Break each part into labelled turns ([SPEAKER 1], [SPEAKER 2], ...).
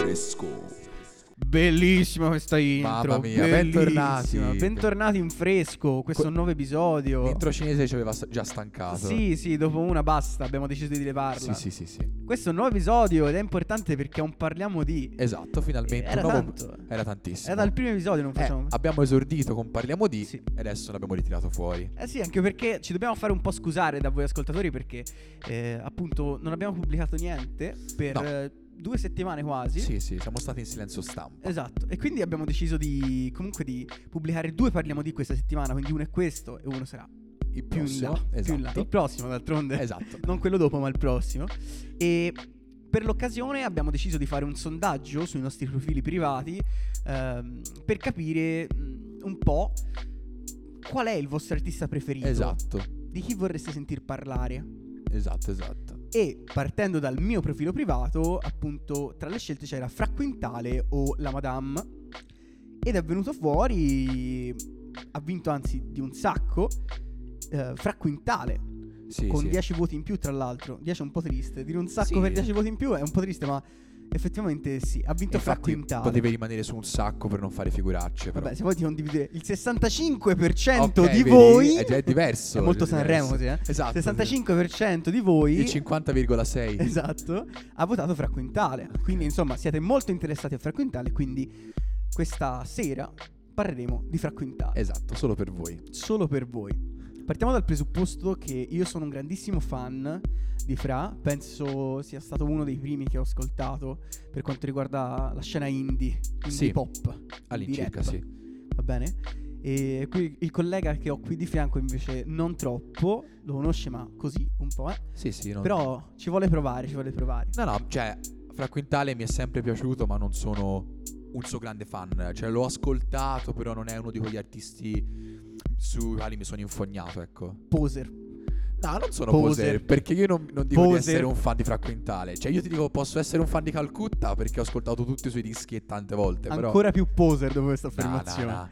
[SPEAKER 1] fresco.
[SPEAKER 2] Bellissima questa intro.
[SPEAKER 1] Mamma mia,
[SPEAKER 2] bellissima.
[SPEAKER 1] bentornati.
[SPEAKER 2] Bentornati in fresco, questo è
[SPEAKER 1] Que-
[SPEAKER 2] un nuovo episodio.
[SPEAKER 1] L'intro cinese ci aveva s- già stancato.
[SPEAKER 2] Sì, sì, dopo una basta, abbiamo deciso di levarla.
[SPEAKER 1] sì, sì, sì, sì.
[SPEAKER 2] Questo è un nuovo episodio ed è importante perché non parliamo di...
[SPEAKER 1] Esatto, finalmente.
[SPEAKER 2] Eh, Era
[SPEAKER 1] un nuovo-
[SPEAKER 2] tanto.
[SPEAKER 1] Era tantissimo.
[SPEAKER 2] È dal primo episodio, non
[SPEAKER 1] Eh,
[SPEAKER 2] facciamo...
[SPEAKER 1] abbiamo esordito con Parliamo di
[SPEAKER 2] Sì.
[SPEAKER 1] e adesso l'abbiamo ritirato fuori.
[SPEAKER 2] Eh sì, anche perché ci dobbiamo fare un po' scusare da voi ascoltatori perché eh, appunto non abbiamo pubblicato niente per
[SPEAKER 1] No.
[SPEAKER 2] eh, due settimane quasi.
[SPEAKER 1] Sì, sì, siamo stati in silenzio stampa.
[SPEAKER 2] Esatto, e quindi abbiamo deciso di comunque di pubblicare due parliamo di questa settimana, quindi uno è questo e uno sarà
[SPEAKER 1] Il
[SPEAKER 2] più in là,
[SPEAKER 1] prossimo, esatto.
[SPEAKER 2] più in là. il prossimo d'altronde,
[SPEAKER 1] Esatto.
[SPEAKER 2] non quello dopo ma il prossimo. E per l'occasione abbiamo deciso di fare un sondaggio sui nostri profili privati ehm, per capire mh, un po' qual è il vostro artista preferito,
[SPEAKER 1] Esatto,
[SPEAKER 2] di chi vorreste sentir parlare.
[SPEAKER 1] esatto, esatto.
[SPEAKER 2] E partendo dal mio profilo privato, appunto, tra le scelte c'era Fra Quintale o La Madame. Ed è venuto fuori, ha vinto anzi di un sacco, eh, Fra Quintale,
[SPEAKER 1] Sì,
[SPEAKER 2] con
[SPEAKER 1] sì.
[SPEAKER 2] 10 voti in più tra l'altro. 10 è un po' triste, dire un sacco
[SPEAKER 1] Sì.
[SPEAKER 2] per 10 voti in più è un po' triste, ma effettivamente sì, ha vinto Fra
[SPEAKER 1] Infatti
[SPEAKER 2] Quintale.
[SPEAKER 1] potevi rimanere su un sacco per non fare figuracce. Però. Esatto,
[SPEAKER 2] Vabbè, se poi ti condividere il 65%
[SPEAKER 1] Ok, vedi? Eh,
[SPEAKER 2] di
[SPEAKER 1] cioè,
[SPEAKER 2] voi...
[SPEAKER 1] È, già- è diverso.
[SPEAKER 2] È molto
[SPEAKER 1] è diverso.
[SPEAKER 2] Sanremo, sì, eh?
[SPEAKER 1] Esatto.
[SPEAKER 2] 65% di voi...
[SPEAKER 1] Il 50,6.
[SPEAKER 2] Esatto, ha votato Fra Quintale. Quindi, insomma, siete molto interessati a Fra Quintale. Quindi, questa sera parleremo di Fra Quintale.
[SPEAKER 1] Esatto, solo per voi.
[SPEAKER 2] Solo per voi. Partiamo dal presupposto che io sono un grandissimo fan di Fra. Penso sia stato uno dei primi che ho ascoltato per quanto riguarda la scena indie, indie
[SPEAKER 1] Sì.
[SPEAKER 2] pop.
[SPEAKER 1] All'incirca,
[SPEAKER 2] Di rap.
[SPEAKER 1] sì.
[SPEAKER 2] Va bene? E qui il collega che ho qui di fianco invece non troppo, lo conosce ma così un po', eh.
[SPEAKER 1] Sì, sì. non-
[SPEAKER 2] Però ci vuole provare, ci vuole provare.
[SPEAKER 1] No, no, cioè, Fra Quintale mi è sempre piaciuto, ma non sono un suo grande fan. Cioè, l'ho ascoltato, però non è uno di quegli artisti sui quali mi sono infognato, ecco.
[SPEAKER 2] Poser.
[SPEAKER 1] No, non sono
[SPEAKER 2] Poser.
[SPEAKER 1] poser, perché io non, non dico di
[SPEAKER 2] Poser.
[SPEAKER 1] essere un fan di Fra Quintale. Cioè, io ti dico, posso essere un fan di Calcutta perché ho ascoltato tutti i suoi dischi e tante volte, però...
[SPEAKER 2] Ancora più poser dopo questa
[SPEAKER 1] No, no,
[SPEAKER 2] affermazione.
[SPEAKER 1] no.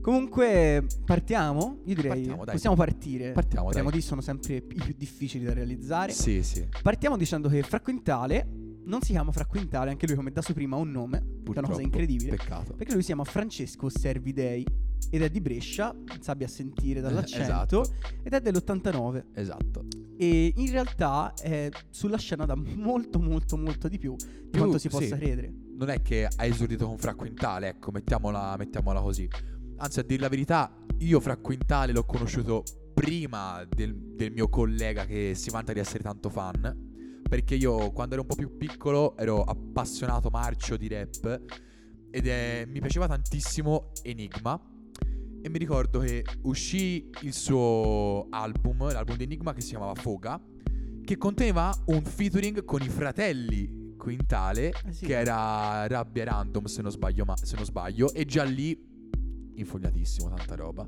[SPEAKER 2] Comunque, partiamo. Io direi
[SPEAKER 1] Partiamo, dai.
[SPEAKER 2] possiamo partire.
[SPEAKER 1] Partiamo,
[SPEAKER 2] I
[SPEAKER 1] dai.
[SPEAKER 2] remodi sono sempre i più difficili da realizzare.
[SPEAKER 1] Sì, sì,
[SPEAKER 2] Partiamo dicendo che Fra Quintale non si chiama Fra Quintale, anche lui come da suo prima ha un nome, che è una
[SPEAKER 1] purtroppo.
[SPEAKER 2] cosa incredibile.
[SPEAKER 1] Peccato.
[SPEAKER 2] Perché lui si chiama Francesco Servidei ed è di Brescia, sabbia a sentire dall'accento,
[SPEAKER 1] Esatto.
[SPEAKER 2] ed è dell'89.
[SPEAKER 1] Esatto.
[SPEAKER 2] E in realtà è sulla scena da molto molto molto di più di
[SPEAKER 1] Più,
[SPEAKER 2] quanto si
[SPEAKER 1] Uh, sì.
[SPEAKER 2] possa credere.
[SPEAKER 1] non è che ha esordito con Fra Quintale, ecco, mettiamola, mettiamola così. Anzi, a dire la verità, io Fra Quintale l'ho conosciuto prima del, del mio collega che si vanta di essere tanto fan. Perché io quando ero un po' più piccolo ero appassionato marcio di rap ed è- mi piaceva tantissimo Enigma. E mi ricordo che uscì il suo album, l'album di Enigma che si chiamava Foga, che conteneva un featuring con i fratelli Quintale
[SPEAKER 2] Eh sì.
[SPEAKER 1] che era Rabbia Random se non sbaglio, ma- se non sbaglio e già lì infognatissimo tanta roba.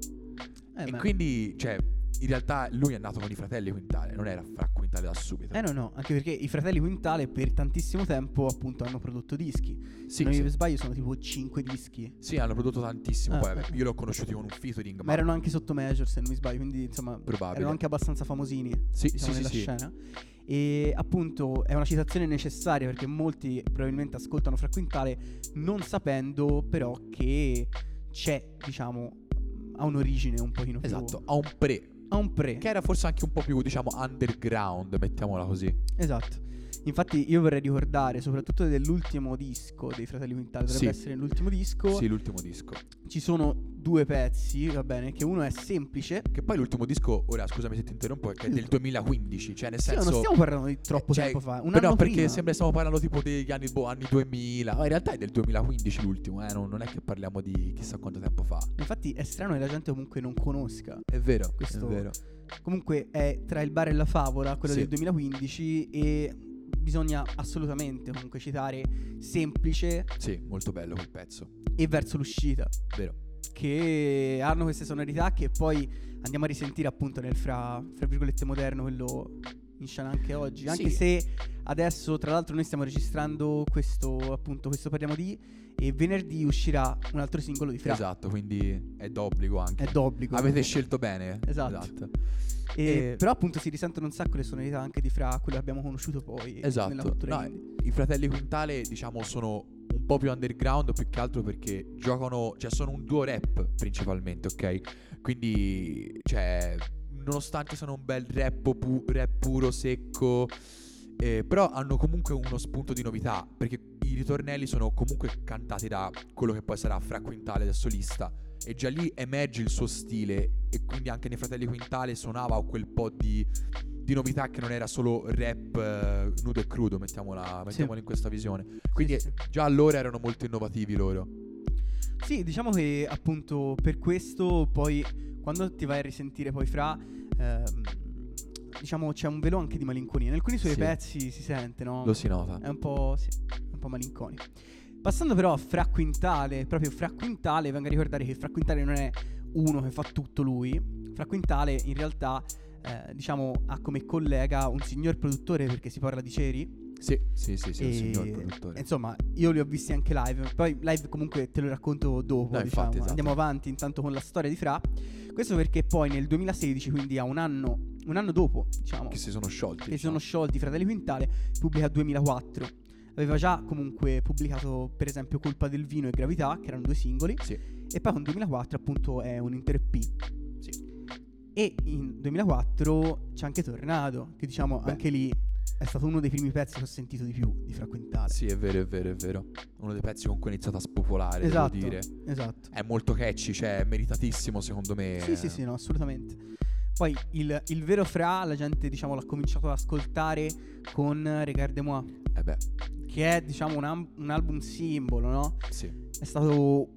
[SPEAKER 2] Eh,
[SPEAKER 1] e
[SPEAKER 2] ma-
[SPEAKER 1] quindi, cioè, in realtà lui è nato con i fratelli Quintale, non era fra Quintale da subito.
[SPEAKER 2] Eh no, no, anche perché i fratelli Quintale per tantissimo tempo appunto hanno prodotto dischi. Se
[SPEAKER 1] sì,
[SPEAKER 2] non mi
[SPEAKER 1] sì,
[SPEAKER 2] sbaglio sono tipo 5 dischi.
[SPEAKER 1] Sì, hanno prodotto tantissimo, poi
[SPEAKER 2] Ah,
[SPEAKER 1] vabbè,
[SPEAKER 2] ah.
[SPEAKER 1] io l'ho conosciuti con un featuring, ma,
[SPEAKER 2] Ma erano anche sotto major se non mi sbaglio, quindi insomma
[SPEAKER 1] probabile.
[SPEAKER 2] erano anche abbastanza famosini
[SPEAKER 1] Sì,
[SPEAKER 2] diciamo,
[SPEAKER 1] sì,
[SPEAKER 2] nella
[SPEAKER 1] sì, sì.
[SPEAKER 2] scena. E appunto è una citazione necessaria perché molti probabilmente ascoltano Fra Quintale non sapendo però che c'è, diciamo, ha un'origine un pochino più
[SPEAKER 1] Esatto, ha un pre,
[SPEAKER 2] ha un pre.
[SPEAKER 1] che era forse anche un po' più, diciamo, underground, mettiamola così.
[SPEAKER 2] Esatto. Infatti io vorrei ricordare soprattutto dell'ultimo disco dei fratelli Quintale, dovrebbe
[SPEAKER 1] Sì.
[SPEAKER 2] essere l'ultimo disco.
[SPEAKER 1] Sì, l'ultimo disco.
[SPEAKER 2] ci sono due pezzi, va bene, che uno è semplice.
[SPEAKER 1] Che poi l'ultimo disco, ora scusami se ti interrompo, è che è del 2015, cioè nel
[SPEAKER 2] Sì, ma
[SPEAKER 1] senso...
[SPEAKER 2] non stiamo parlando di troppo
[SPEAKER 1] Cioè,
[SPEAKER 2] tempo fa, un
[SPEAKER 1] però
[SPEAKER 2] anno
[SPEAKER 1] perché
[SPEAKER 2] prima.
[SPEAKER 1] sembra stiamo parlando tipo degli anni, boh, anni 2000, ma in realtà è del 2015 l'ultimo, eh, non, non è che parliamo di chissà quanto tempo fa.
[SPEAKER 2] Infatti è strano che la gente comunque non conosca.
[SPEAKER 1] È vero,
[SPEAKER 2] Questo-
[SPEAKER 1] è vero.
[SPEAKER 2] Comunque è tra il bar e la favola, quello
[SPEAKER 1] Sì.
[SPEAKER 2] del 2015 e bisogna assolutamente comunque citare semplice
[SPEAKER 1] Sì, molto bello quel pezzo.
[SPEAKER 2] e verso l'uscita,
[SPEAKER 1] Vero.
[SPEAKER 2] che hanno queste sonorità che poi andiamo a risentire appunto nel fra, fra virgolette moderno, quello in scena anche oggi, anche
[SPEAKER 1] Sì.
[SPEAKER 2] se adesso tra l'altro noi stiamo registrando questo appunto, questo parliamo di e venerdì uscirà un altro singolo di Fra,
[SPEAKER 1] Esatto, quindi è d'obbligo anche.
[SPEAKER 2] è d'obbligo.
[SPEAKER 1] Avete scelto bene.
[SPEAKER 2] Esatto. E-
[SPEAKER 1] eh,
[SPEAKER 2] Però appunto si risentono un sacco le sonorità anche di Fra, quello che abbiamo conosciuto poi
[SPEAKER 1] Esatto.
[SPEAKER 2] nella cultura
[SPEAKER 1] No,
[SPEAKER 2] indie.
[SPEAKER 1] I fratelli Quintale, diciamo, sono un po' più underground più che altro perché giocano, cioè sono un duo rap principalmente, ok? Quindi, cioè, nonostante sono un bel rap, pu- rap puro, secco, eh, però hanno comunque uno spunto di novità, perché i ritornelli sono comunque cantati da quello che poi sarà Fra Quintale da solista. E già lì emerge il suo stile, e quindi anche nei Fratelli Quintale suonava quel po' di, di novità che non era solo rap eh, nudo e crudo, mettiamola, mettiamola in questa visione. Quindi
[SPEAKER 2] sì.
[SPEAKER 1] eh, già allora erano molto innovativi loro.
[SPEAKER 2] Sì, diciamo che appunto per questo poi quando ti vai a risentire poi fra ehm, diciamo c'è un velo anche di malinconia. In alcuni suoi
[SPEAKER 1] Sì.
[SPEAKER 2] pezzi si sente, no?
[SPEAKER 1] Lo si nota.
[SPEAKER 2] È un po', sì, un po' malinconico. Passando però a Fra Quintale, proprio Fra Quintale, vengo a ricordare che Fra Quintale non è uno che fa tutto lui. Fra Quintale in realtà eh, diciamo ha come collega un signor produttore perché si parla di Ceri.
[SPEAKER 1] Sì, sì, sì, sì, un
[SPEAKER 2] E-
[SPEAKER 1] signor produttore.
[SPEAKER 2] Insomma, io li ho visti anche live. Poi live comunque te lo racconto dopo.
[SPEAKER 1] No, infatti,
[SPEAKER 2] diciamo.
[SPEAKER 1] esatto.
[SPEAKER 2] Andiamo avanti intanto con la storia di Fra. Questo perché poi nel 2016, quindi a un anno, un anno dopo, diciamo,
[SPEAKER 1] Che
[SPEAKER 2] che
[SPEAKER 1] si sono sciolti.
[SPEAKER 2] si sono
[SPEAKER 1] diciamo.
[SPEAKER 2] sciolti i Fratelli Quintale, pubblica 2004. Aveva già comunque pubblicato, per esempio, Colpa del vino e Gravità, che erano due singoli.
[SPEAKER 1] Sì.
[SPEAKER 2] E poi con 2004 appunto è un inter EP.
[SPEAKER 1] Sì.
[SPEAKER 2] E in 2004 c'è anche Tornado, che diciamo
[SPEAKER 1] Beh.
[SPEAKER 2] anche lì è stato uno dei primi pezzi che ho sentito di più di Fra Quintale.
[SPEAKER 1] Sì, è vero, è vero, è vero. Uno dei pezzi con cui è iniziato a spopolare,
[SPEAKER 2] Esatto.
[SPEAKER 1] devo dire.
[SPEAKER 2] Esatto.
[SPEAKER 1] È molto catchy, cioè è meritatissimo secondo me.
[SPEAKER 2] Sì, sì, sì, no, assolutamente. Poi il, il vero Fra, la gente diciamo l'ha cominciato ad ascoltare con Regard de Moi,
[SPEAKER 1] Eh beh,
[SPEAKER 2] che è diciamo un, am- un album simbolo, no?
[SPEAKER 1] sì.
[SPEAKER 2] È stato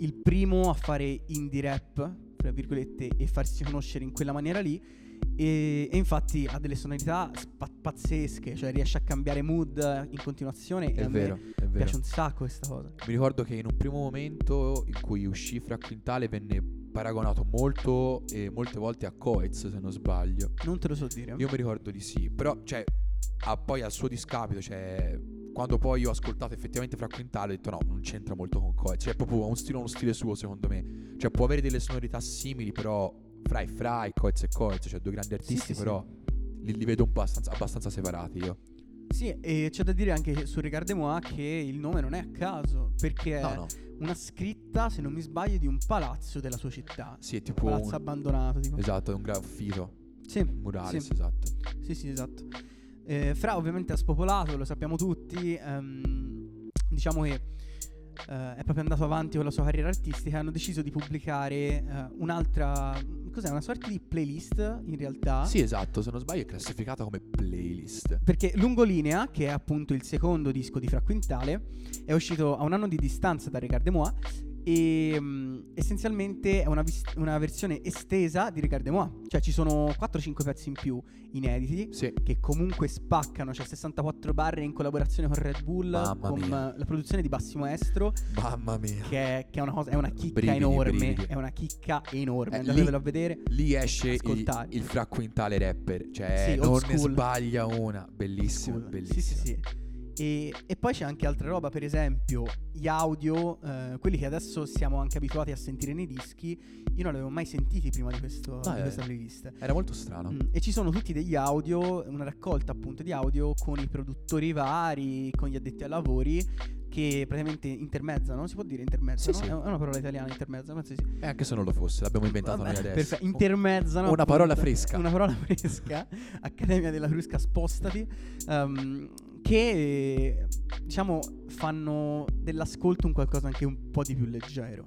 [SPEAKER 2] il primo a fare indie rap, tra virgolette, e farsi conoscere in quella maniera lì. E, e infatti ha delle sonorità spa- pazzesche, cioè riesce a cambiare mood in continuazione. e
[SPEAKER 1] È
[SPEAKER 2] a
[SPEAKER 1] vero,
[SPEAKER 2] me
[SPEAKER 1] è vero.
[SPEAKER 2] piace un sacco questa cosa.
[SPEAKER 1] Mi ricordo che in un primo momento in cui uscì Fra Quintale venne paragonato molto e molte volte a Coez, se non sbaglio.
[SPEAKER 2] Non te lo so dire.
[SPEAKER 1] Io mi ricordo di sì, però cioè, a- poi al suo discapito, cioè, quando poi ho ascoltato effettivamente Fra Quintale ho detto no, non c'entra molto con Coez, cioè proprio ha un stile, uno stile suo secondo me, cioè può avere delle sonorità simili però fra e fra e Coez e Coez, cioè due grandi
[SPEAKER 2] Sì,
[SPEAKER 1] artisti
[SPEAKER 2] sì, sì.
[SPEAKER 1] però Li, li vedo un po' abbastanza, abbastanza separati io.
[SPEAKER 2] Sì, e c'è da dire anche che su Regard de Moi che il nome non è a caso, perché
[SPEAKER 1] No, no,
[SPEAKER 2] è una scritta, se non mi sbaglio, di un palazzo della sua città.
[SPEAKER 1] sì, è
[SPEAKER 2] Un
[SPEAKER 1] tipo
[SPEAKER 2] palazzo
[SPEAKER 1] un,
[SPEAKER 2] abbandonato, tipo.
[SPEAKER 1] esatto, è un graffito,
[SPEAKER 2] Sì,
[SPEAKER 1] un murales,
[SPEAKER 2] Sì.
[SPEAKER 1] esatto.
[SPEAKER 2] sì, sì, esatto. Eh, Fra ovviamente ha spopolato, lo sappiamo tutti, ehm, diciamo che eh, è proprio andato avanti con la sua carriera artistica, hanno deciso di pubblicare eh, un'altra, cos'è, una sorta di playlist in realtà.
[SPEAKER 1] Sì, esatto, se non sbaglio è classificata come playlist.
[SPEAKER 2] Perché Lungolinea, che è appunto il secondo disco di Fra Quintale, è uscito a un anno di distanza da Regard de Moi e mm, essenzialmente è una, vis- una versione estesa di Regard de Moi, cioè ci sono 4-5 pezzi in più inediti
[SPEAKER 1] Sì,
[SPEAKER 2] che comunque spaccano, c'è 64 barre in collaborazione con Red Bull,
[SPEAKER 1] Mamma
[SPEAKER 2] con
[SPEAKER 1] mia.
[SPEAKER 2] eh, la produzione di Bassimo Estro,
[SPEAKER 1] mamma mia.
[SPEAKER 2] che, è- che è una cosa, è una chicca
[SPEAKER 1] Brividi,
[SPEAKER 2] enorme,
[SPEAKER 1] brividi.
[SPEAKER 2] è una chicca enorme,
[SPEAKER 1] Eh, lì-
[SPEAKER 2] andatevelo a vedere.
[SPEAKER 1] Lì esce il,
[SPEAKER 2] Ascoltare.
[SPEAKER 1] il fra quintale rapper, cioè
[SPEAKER 2] Sì,
[SPEAKER 1] non
[SPEAKER 2] old
[SPEAKER 1] ne
[SPEAKER 2] school.
[SPEAKER 1] sbaglia una, bellissima,
[SPEAKER 2] Cool.
[SPEAKER 1] bellissima.
[SPEAKER 2] Sì, sì, sì. E, e poi c'è anche altra roba, per esempio gli audio, eh, quelli che adesso siamo anche abituati a sentire nei dischi, io non li avevo mai sentiti prima di, questo-
[SPEAKER 1] Ah,
[SPEAKER 2] di
[SPEAKER 1] eh.
[SPEAKER 2] questa playlist.
[SPEAKER 1] Era molto strano.
[SPEAKER 2] Mm, E ci sono tutti degli audio, una raccolta appunto di audio con i produttori vari, con gli addetti ai lavori, che praticamente intermezzano, si può dire intermezzano?
[SPEAKER 1] Sì, sì.
[SPEAKER 2] È una parola italiana, intermezzo, penso di sì.
[SPEAKER 1] E anche se non lo fosse, l'abbiamo inventato
[SPEAKER 2] Vabbè,
[SPEAKER 1] noi adesso.
[SPEAKER 2] perfetto, intermezzano.
[SPEAKER 1] Una parola
[SPEAKER 2] appunto,
[SPEAKER 1] fresca.
[SPEAKER 2] Una parola fresca. Accademia della Crusca, spostati. ehm, che diciamo fanno dell'ascolto un qualcosa anche un po' di più leggero.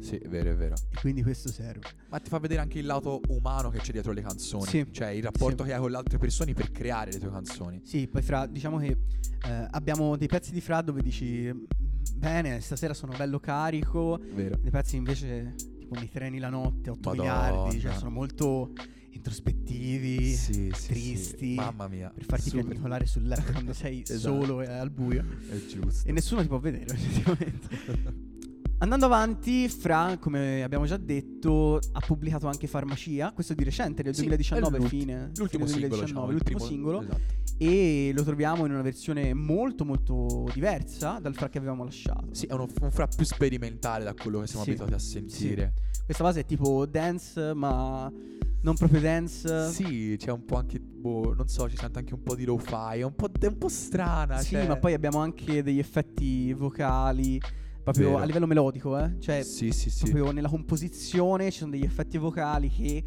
[SPEAKER 1] Sì, è vero, è vero.
[SPEAKER 2] E quindi questo serve.
[SPEAKER 1] Ma ti fa vedere anche il lato umano che c'è dietro le canzoni.
[SPEAKER 2] Sì.
[SPEAKER 1] Cioè il rapporto
[SPEAKER 2] Sì.
[SPEAKER 1] che hai con le altre persone per creare le tue canzoni.
[SPEAKER 2] Sì, poi fra, diciamo che eh, abbiamo dei pezzi di fra dove dici bene, stasera sono bello carico.
[SPEAKER 1] Vero.
[SPEAKER 2] Dei pezzi invece tipo nei treni la notte, 8
[SPEAKER 1] Madonna.
[SPEAKER 2] miliardi, cioè sono molto introspettivi.
[SPEAKER 1] Sì, sì, sì.
[SPEAKER 2] tristi,
[SPEAKER 1] Mamma mia.
[SPEAKER 2] Per farti
[SPEAKER 1] super.
[SPEAKER 2] piagnicolare sul letto quando sei
[SPEAKER 1] Esatto.
[SPEAKER 2] solo e al buio.
[SPEAKER 1] È giusto.
[SPEAKER 2] E nessuno ti può vedere, effettivamente. Andando avanti, Fra, come abbiamo già detto, ha pubblicato anche Farmacia, questo di recente, del
[SPEAKER 1] Sì,
[SPEAKER 2] 2019,
[SPEAKER 1] è l'ulti-
[SPEAKER 2] fine.
[SPEAKER 1] L'ultimo
[SPEAKER 2] fine
[SPEAKER 1] singolo,
[SPEAKER 2] 2019,
[SPEAKER 1] diciamo, il
[SPEAKER 2] l'ultimo
[SPEAKER 1] primo-
[SPEAKER 2] singolo.
[SPEAKER 1] Esatto.
[SPEAKER 2] E lo troviamo in una versione molto, molto diversa dal Fra che avevamo lasciato.
[SPEAKER 1] Sì, è uno- un fra più sperimentale da quello che siamo
[SPEAKER 2] Sì.
[SPEAKER 1] abituati a sentire.
[SPEAKER 2] Questa base è tipo dance, ma Non proprio dance.
[SPEAKER 1] Sì, c'è un po' anche, boh, non so, ci sente anche un po' di lo-fi, è un po', è un po' strana.
[SPEAKER 2] Sì,
[SPEAKER 1] cioè-
[SPEAKER 2] ma poi abbiamo anche degli effetti vocali. Proprio
[SPEAKER 1] Vero.
[SPEAKER 2] a livello melodico, eh? Cioè,
[SPEAKER 1] Sì, sì, sì.
[SPEAKER 2] proprio nella composizione ci sono degli effetti vocali che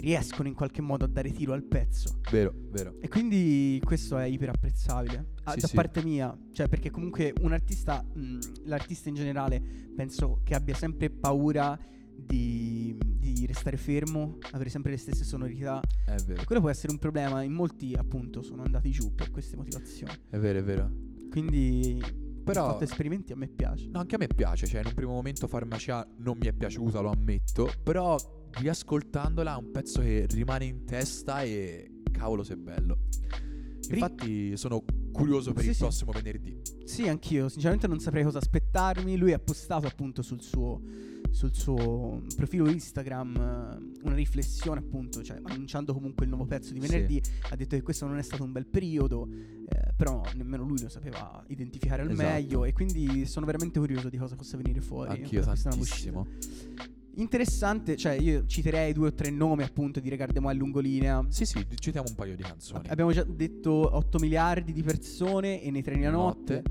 [SPEAKER 2] riescono in qualche modo a dare tiro al pezzo.
[SPEAKER 1] Vero, vero.
[SPEAKER 2] E quindi questo è iperapprezzabile. Ah,
[SPEAKER 1] Sì,
[SPEAKER 2] da
[SPEAKER 1] sì.
[SPEAKER 2] parte mia, cioè perché comunque un artista, mh, l'artista in generale, penso che abbia sempre paura di, di restare fermo, avere sempre le stesse sonorità.
[SPEAKER 1] È
[SPEAKER 2] E
[SPEAKER 1] vero,
[SPEAKER 2] quello può essere un problema. In molti, appunto, sono andati giù per queste motivazioni.
[SPEAKER 1] è vero, è vero.
[SPEAKER 2] Quindi,
[SPEAKER 1] Però-
[SPEAKER 2] il fatto esperimenti a me piace.
[SPEAKER 1] No, anche a me piace, cioè in un primo momento farmacia non mi è piaciuta, lo ammetto, però riascoltandola è un pezzo che rimane in testa e cavolo se è bello. Infatti sono curioso per
[SPEAKER 2] Sì,
[SPEAKER 1] il
[SPEAKER 2] sì.
[SPEAKER 1] prossimo venerdì.
[SPEAKER 2] Sì, anch'io. Sinceramente non saprei cosa aspettarmi. Lui ha postato appunto sul suo, sul suo profilo Instagram eh, una riflessione appunto, cioè annunciando comunque il nuovo pezzo di
[SPEAKER 1] Sì.
[SPEAKER 2] venerdì. Ha detto che questo non è stato un bel periodo, eh, però nemmeno lui lo sapeva identificare al
[SPEAKER 1] Esatto.
[SPEAKER 2] meglio. E quindi sono veramente curioso di cosa possa venire fuori.
[SPEAKER 1] Anch'io
[SPEAKER 2] da questa nuova uscita.
[SPEAKER 1] tantissimo.
[SPEAKER 2] Interessante, cioè io citerei due o tre nomi appunto di Regardemois e Lungolinea.
[SPEAKER 1] Sì, sì, d- citiamo un paio di canzoni.
[SPEAKER 2] Abbiamo già detto 8 miliardi di persone e nei treni a notte,
[SPEAKER 1] Notte.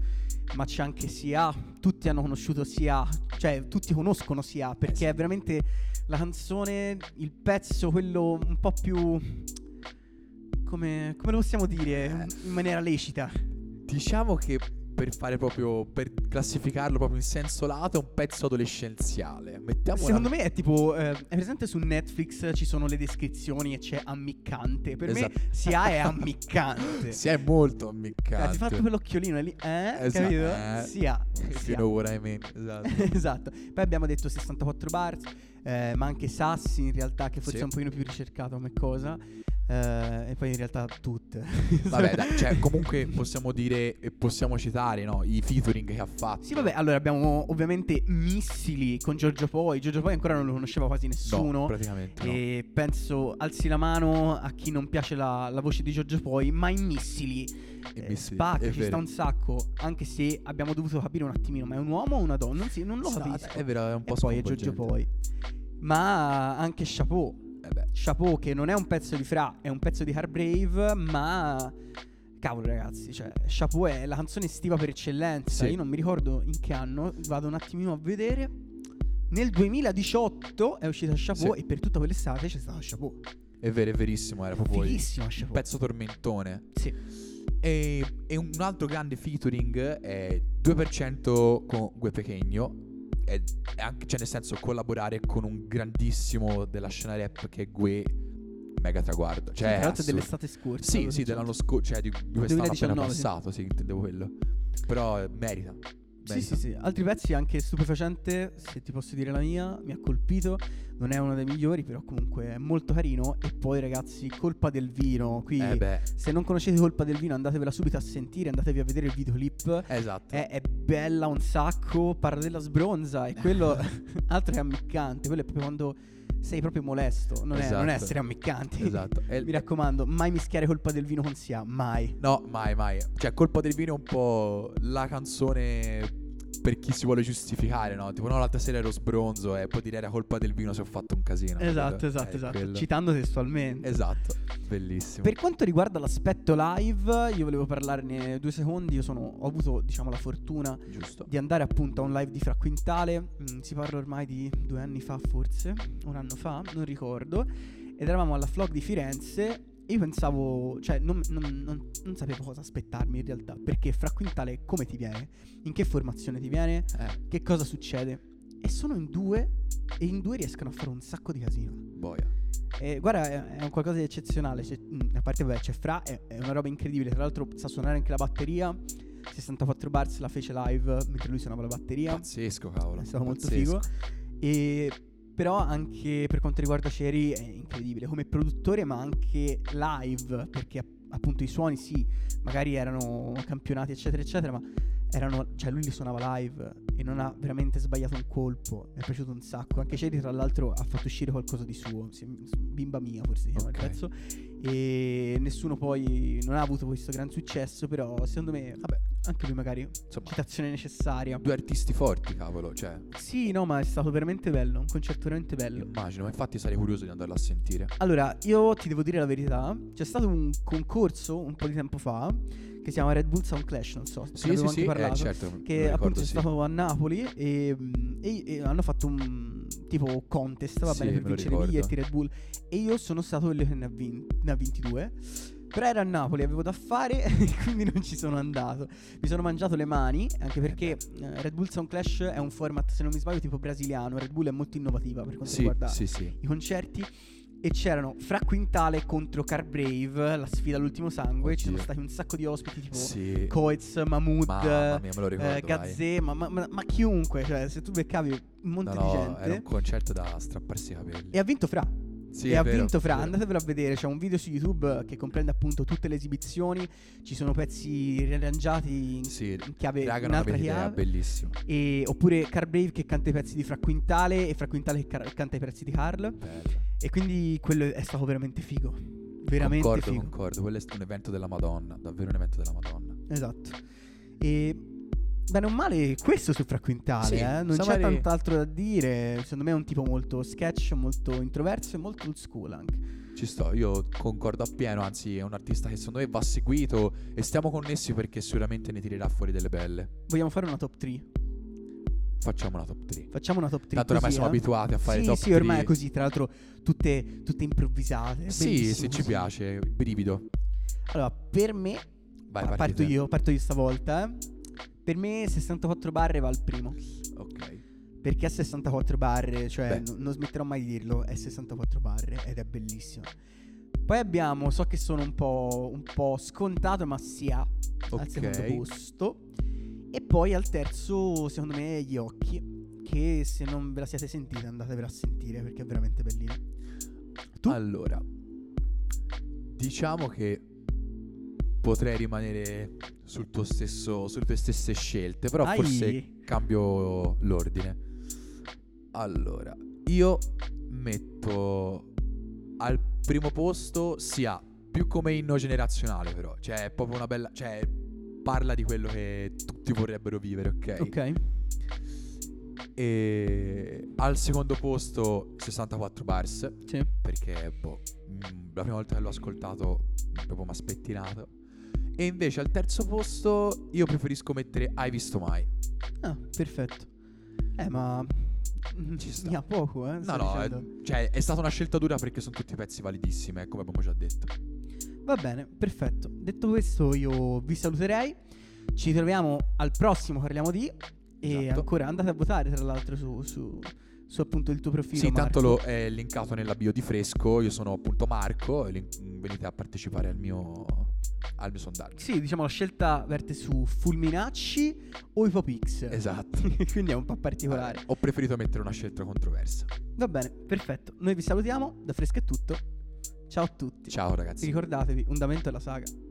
[SPEAKER 2] ma c'è anche Sia, tutti hanno conosciuto Sia, cioè tutti conoscono Sia perché
[SPEAKER 1] Eh sì.
[SPEAKER 2] è veramente la canzone, il pezzo, quello un po' più... come, come lo possiamo dire?
[SPEAKER 1] Eh.
[SPEAKER 2] In maniera lecita.
[SPEAKER 1] Diciamo che per fare proprio per classificarlo proprio in senso lato è un pezzo adolescenziale. Mettiamola
[SPEAKER 2] Secondo me è tipo, eh, è presente su Netflix, ci sono le descrizioni e c'è ammiccante, per
[SPEAKER 1] Esatto.
[SPEAKER 2] me Sia è ammiccante.
[SPEAKER 1] Si è molto
[SPEAKER 2] Ah, ti fa
[SPEAKER 1] ammiccante.
[SPEAKER 2] proprio l'occhiolino è lì, eh?
[SPEAKER 1] Esatto,
[SPEAKER 2] Capito?
[SPEAKER 1] eh.
[SPEAKER 2] Sia.
[SPEAKER 1] Fino
[SPEAKER 2] Sia.
[SPEAKER 1] a ora, ahimè, esatto.
[SPEAKER 2] esatto. Poi abbiamo detto 64 bars, eh, ma anche Sassi in realtà, che forse
[SPEAKER 1] Sì.
[SPEAKER 2] è un pochino più ricercato come cosa. eh, e poi in realtà tutte.
[SPEAKER 1] Vabbè, dai, cioè, comunque possiamo dire e possiamo citare no, i featuring che ha fatto.
[SPEAKER 2] Sì, vabbè, allora abbiamo ovviamente Missili con Giorgio Poi. Giorgio Poi ancora non lo conosceva quasi nessuno.
[SPEAKER 1] No, praticamente. no.
[SPEAKER 2] E penso alzi la mano a chi non piace la, la voce di Giorgio Poi, ma i missili, eh,
[SPEAKER 1] missili,
[SPEAKER 2] spacca,
[SPEAKER 1] è
[SPEAKER 2] ci
[SPEAKER 1] vero.
[SPEAKER 2] sta un sacco, anche se abbiamo dovuto capire un attimino, ma è un uomo o una donna? Non, si- non lo
[SPEAKER 1] Sa-
[SPEAKER 2] capisco.
[SPEAKER 1] È vero, è un po'
[SPEAKER 2] e poi è Giorgio
[SPEAKER 1] sconvolgente.
[SPEAKER 2] Poi. Ma anche Chapeau,
[SPEAKER 1] Eh beh,
[SPEAKER 2] Chapeau che non è un pezzo di Fra, è un pezzo di Hardbrave, ma... Cavolo ragazzi, cioè, Chapeau è la canzone estiva per eccellenza.
[SPEAKER 1] Sì.
[SPEAKER 2] Io non mi ricordo in che anno, vado un attimino a vedere. Nel 2018 è uscita Chapeau
[SPEAKER 1] Sì.
[SPEAKER 2] e per tutta quell'estate c'è stato Chapeau.
[SPEAKER 1] è vero, è verissimo, era proprio il
[SPEAKER 2] Fighissimo Chapeau.
[SPEAKER 1] pezzo Cioè, tormentone.
[SPEAKER 2] Sì.
[SPEAKER 1] E, e un altro grande featuring è 2% con Gue Pechegno. E e anche, cioè, nel senso, collaborare con un grandissimo della scena rap che è Gue, mega traguardo. Cioè,
[SPEAKER 2] Tra l'altro
[SPEAKER 1] assurdo.
[SPEAKER 2] dell'estate scorsa.
[SPEAKER 1] Sì,
[SPEAKER 2] cosa
[SPEAKER 1] sì,
[SPEAKER 2] succede?
[SPEAKER 1] dell'anno scorso, cioè di di quest'anno appena
[SPEAKER 2] 2019, sì.
[SPEAKER 1] passato, sì, intendevo quello. Però eh, merita. merita.
[SPEAKER 2] Sì, sì, sì. Altri pezzi anche stupefacente, se ti posso dire la mia, mi ha colpito. Non è uno dei migliori, però comunque è molto carino. E poi ragazzi, colpa del vino. Qui,
[SPEAKER 1] Eh beh,
[SPEAKER 2] se non conoscete colpa del vino, andatevela subito a sentire, andatevi a vedere il videoclip.
[SPEAKER 1] esatto.
[SPEAKER 2] È, è bella un sacco, parla della sbronza e quello altro è ammiccante, quello è proprio quando sei proprio molesto, non, è- non
[SPEAKER 1] Esatto.
[SPEAKER 2] essere ammiccanti.
[SPEAKER 1] Esatto. È il-
[SPEAKER 2] Mi raccomando, mai mischiare colpa del vino con sia, mai.
[SPEAKER 1] No, mai, mai. Cioè, Colpa del Vino è un po' la canzone per chi si vuole giustificare, no? Tipo, no, l'altra sera ero sbronzo e poi dire era colpa del vino se ho fatto un casino.
[SPEAKER 2] Esatto,
[SPEAKER 1] capito?
[SPEAKER 2] esatto,
[SPEAKER 1] Eh,
[SPEAKER 2] esatto.
[SPEAKER 1] quello.
[SPEAKER 2] Citando testualmente.
[SPEAKER 1] Esatto, bellissimo.
[SPEAKER 2] Per quanto riguarda l'aspetto live, io volevo parlarne due secondi. Io sono- ho avuto, diciamo, la fortuna
[SPEAKER 1] Giusto.
[SPEAKER 2] di andare appunto a un live di Fra Quintale. Mm, si parla ormai di due anni fa, forse, un anno fa, non ricordo. Ed eravamo alla Flog di Firenze. E io pensavo, cioè, non, non- non- non sapevo cosa aspettarmi in realtà. Perché Fra Quintale come ti viene? In che formazione ti viene?
[SPEAKER 1] Eh,
[SPEAKER 2] Che cosa succede? E sono in due, e in due riescono a fare un sacco di casino.
[SPEAKER 1] boia.
[SPEAKER 2] Eh, guarda, è, è un qualcosa di eccezionale. c'è- mm, a parte, vabbè, c'è Fra, è, è una roba incredibile. Tra l'altro, sa suonare anche la batteria. 64 bars la fece live mentre lui suonava la batteria.
[SPEAKER 1] Pazzesco, cavolo.
[SPEAKER 2] È stato molto
[SPEAKER 1] pazzesco.
[SPEAKER 2] figo. E però anche per quanto riguarda Cherry è incredibile come produttore, ma anche live, perché app- appunto i suoni sì, magari erano campionati eccetera eccetera, ma erano cioè lui li suonava live e non ha veramente sbagliato un colpo. Mi è piaciuto un sacco. Anche Cherry tra l'altro ha fatto uscire qualcosa di suo, si- Bimba mia forse si chiama
[SPEAKER 1] Ok.
[SPEAKER 2] il pezzo e nessuno poi non ha avuto questo gran successo, però secondo me
[SPEAKER 1] Vabbè,
[SPEAKER 2] Anche lui magari.
[SPEAKER 1] Insomma,
[SPEAKER 2] Citazione necessaria.
[SPEAKER 1] due artisti forti, cavolo, cioè,
[SPEAKER 2] Sì, no, ma è stato veramente bello. Un concerto veramente bello.
[SPEAKER 1] immagino, ma infatti sarei curioso di andarlo a sentire.
[SPEAKER 2] Allora, io ti devo dire la verità. C'è stato un concorso un po' di tempo fa che si chiama Red Bull Sound Clash, non so. se ne
[SPEAKER 1] Sì, sì,
[SPEAKER 2] avevo anche
[SPEAKER 1] sì, eh,
[SPEAKER 2] parlato.
[SPEAKER 1] certo, me lo
[SPEAKER 2] Che
[SPEAKER 1] ricordo,
[SPEAKER 2] appunto è
[SPEAKER 1] sì.
[SPEAKER 2] stato a Napoli e, mm, e- e hanno fatto un tipo contest, va
[SPEAKER 1] Sì,
[SPEAKER 2] bene, per
[SPEAKER 1] me lo
[SPEAKER 2] vincere
[SPEAKER 1] ricordo.
[SPEAKER 2] biglietti Red Bull. E io sono stato quello che ne ha, vin- ne ha 22. Però era a Napoli, avevo da fare e quindi non ci sono andato. Mi sono mangiato le mani, anche perché eh, Red Bull Sound Clash è un format, se non mi sbaglio, tipo brasiliano. Red Bull è molto innovativa per quanto
[SPEAKER 1] Sì,
[SPEAKER 2] riguarda
[SPEAKER 1] sì, sì.
[SPEAKER 2] i concerti e c'erano Fra Quintale contro Carbrave, la sfida all'ultimo sangue, ci sono
[SPEAKER 1] Oddio.
[SPEAKER 2] stati un sacco di ospiti tipo
[SPEAKER 1] Sì.
[SPEAKER 2] Coetz, Mahmood,
[SPEAKER 1] Mamma mia, me lo ricordo. vai.
[SPEAKER 2] eh, Gazzè, ma, ma- ma- ma chiunque, cioè se tu beccavi un monte
[SPEAKER 1] No,
[SPEAKER 2] di
[SPEAKER 1] no,
[SPEAKER 2] gente
[SPEAKER 1] era un concerto da strapparsi i capelli.
[SPEAKER 2] e ha vinto Fra.
[SPEAKER 1] Sì,
[SPEAKER 2] e
[SPEAKER 1] è
[SPEAKER 2] ha
[SPEAKER 1] vero,
[SPEAKER 2] vinto Fra,
[SPEAKER 1] è vero.
[SPEAKER 2] andatevelo a vedere, c'è un video su YouTube che comprende appunto tutte le esibizioni, ci sono pezzi riarrangiati in,
[SPEAKER 1] Sì,
[SPEAKER 2] in chiave
[SPEAKER 1] raga, non
[SPEAKER 2] un'altra
[SPEAKER 1] avete idea,
[SPEAKER 2] chiave.
[SPEAKER 1] bellissimo.
[SPEAKER 2] E, oppure Carbrave che canta i pezzi di Fra Quintale e Fra Quintale che car- canta i pezzi di Carl.
[SPEAKER 1] Bello.
[SPEAKER 2] E quindi quello è stato veramente figo. Veramente
[SPEAKER 1] concordo,
[SPEAKER 2] figo.
[SPEAKER 1] concordo. Quello è st- un evento della Madonna, davvero un evento della Madonna.
[SPEAKER 2] Esatto. E bene o male, questo su Fra Quintale,
[SPEAKER 1] Sì,
[SPEAKER 2] eh. non c'è
[SPEAKER 1] Samari-
[SPEAKER 2] tant'altro da dire. Secondo me è un tipo molto sketch, molto introverso e molto old school anche.
[SPEAKER 1] Ci sto, io concordo appieno, anzi è un artista che secondo me va seguito e stiamo connessi perché sicuramente ne tirerà fuori delle belle.
[SPEAKER 2] Vogliamo fare una top 3?
[SPEAKER 1] Facciamo una top 3.
[SPEAKER 2] Facciamo una top 3.
[SPEAKER 1] Tanto
[SPEAKER 2] così,
[SPEAKER 1] oramai siamo
[SPEAKER 2] eh.
[SPEAKER 1] abituati a fare
[SPEAKER 2] Sì,
[SPEAKER 1] top
[SPEAKER 2] sì, ormai
[SPEAKER 1] 3.
[SPEAKER 2] è così, tra l'altro tutte, tutte improvvisate.
[SPEAKER 1] Sì,
[SPEAKER 2] Bellissimo,
[SPEAKER 1] se ci
[SPEAKER 2] così.
[SPEAKER 1] piace, il brivido.
[SPEAKER 2] Allora, per me,
[SPEAKER 1] Vai, parti
[SPEAKER 2] pa- parto
[SPEAKER 1] te.
[SPEAKER 2] io, parto io stavolta. eh. Per me 64 barre va al primo.
[SPEAKER 1] Ok.
[SPEAKER 2] Perché a 64 barre, cioè
[SPEAKER 1] Beh.
[SPEAKER 2] n- non smetterò mai di dirlo, è 64 barre ed è bellissimo. Poi abbiamo, so che sono un po', un po' scontato, ma si ha al secondo
[SPEAKER 1] Ok.
[SPEAKER 2] posto. E poi al terzo, secondo me, gli occhi. Che se non ve la siete sentita, andatevela a sentire perché è veramente bellina. Tu?
[SPEAKER 1] Allora, diciamo che potrei rimanere sul tuo stesso, sulle tue stesse scelte, però
[SPEAKER 2] Ai.
[SPEAKER 1] forse cambio l'ordine. Allora, io metto al primo posto sia più come inno generazionale, però, cioè è proprio una bella, cioè parla di quello che tutti vorrebbero vivere,
[SPEAKER 2] Ok.
[SPEAKER 1] E al secondo posto 64 bars
[SPEAKER 2] Sì.
[SPEAKER 1] perché boh, mm, la prima volta che l'ho ascoltato proprio mi ha spettinato. E invece al terzo posto io preferisco mettere Hai visto mai?
[SPEAKER 2] Ah, perfetto. Eh, ma...
[SPEAKER 1] Ci sta.
[SPEAKER 2] Mi ha poco, eh.
[SPEAKER 1] No,
[SPEAKER 2] sto
[SPEAKER 1] no,
[SPEAKER 2] dicendo.
[SPEAKER 1] eh, cioè è stata una scelta dura perché sono tutti pezzi validissimi, eh, come abbiamo già detto.
[SPEAKER 2] Va bene, perfetto. Detto questo, io vi saluterei. Ci troviamo al prossimo, parliamo di. E
[SPEAKER 1] Esatto.
[SPEAKER 2] ancora andate a votare, tra l'altro, su, su- su appunto il tuo profilo.
[SPEAKER 1] sì, intanto
[SPEAKER 2] Marco.
[SPEAKER 1] lo è linkato nella bio di Fresco, io sono appunto Marco, e lin- venite a partecipare al mio, al mio sondaggio.
[SPEAKER 2] Sì, diciamo la scelta verte su Fulminacci o Ipopix.
[SPEAKER 1] Esatto.
[SPEAKER 2] Quindi è un po' particolare.
[SPEAKER 1] Ho preferito mettere una scelta controversa.
[SPEAKER 2] Va bene, perfetto. Noi vi salutiamo. Da Fresca è tutto. Ciao a tutti.
[SPEAKER 1] Ciao ragazzi.
[SPEAKER 2] Ricordatevi, un damento alla saga.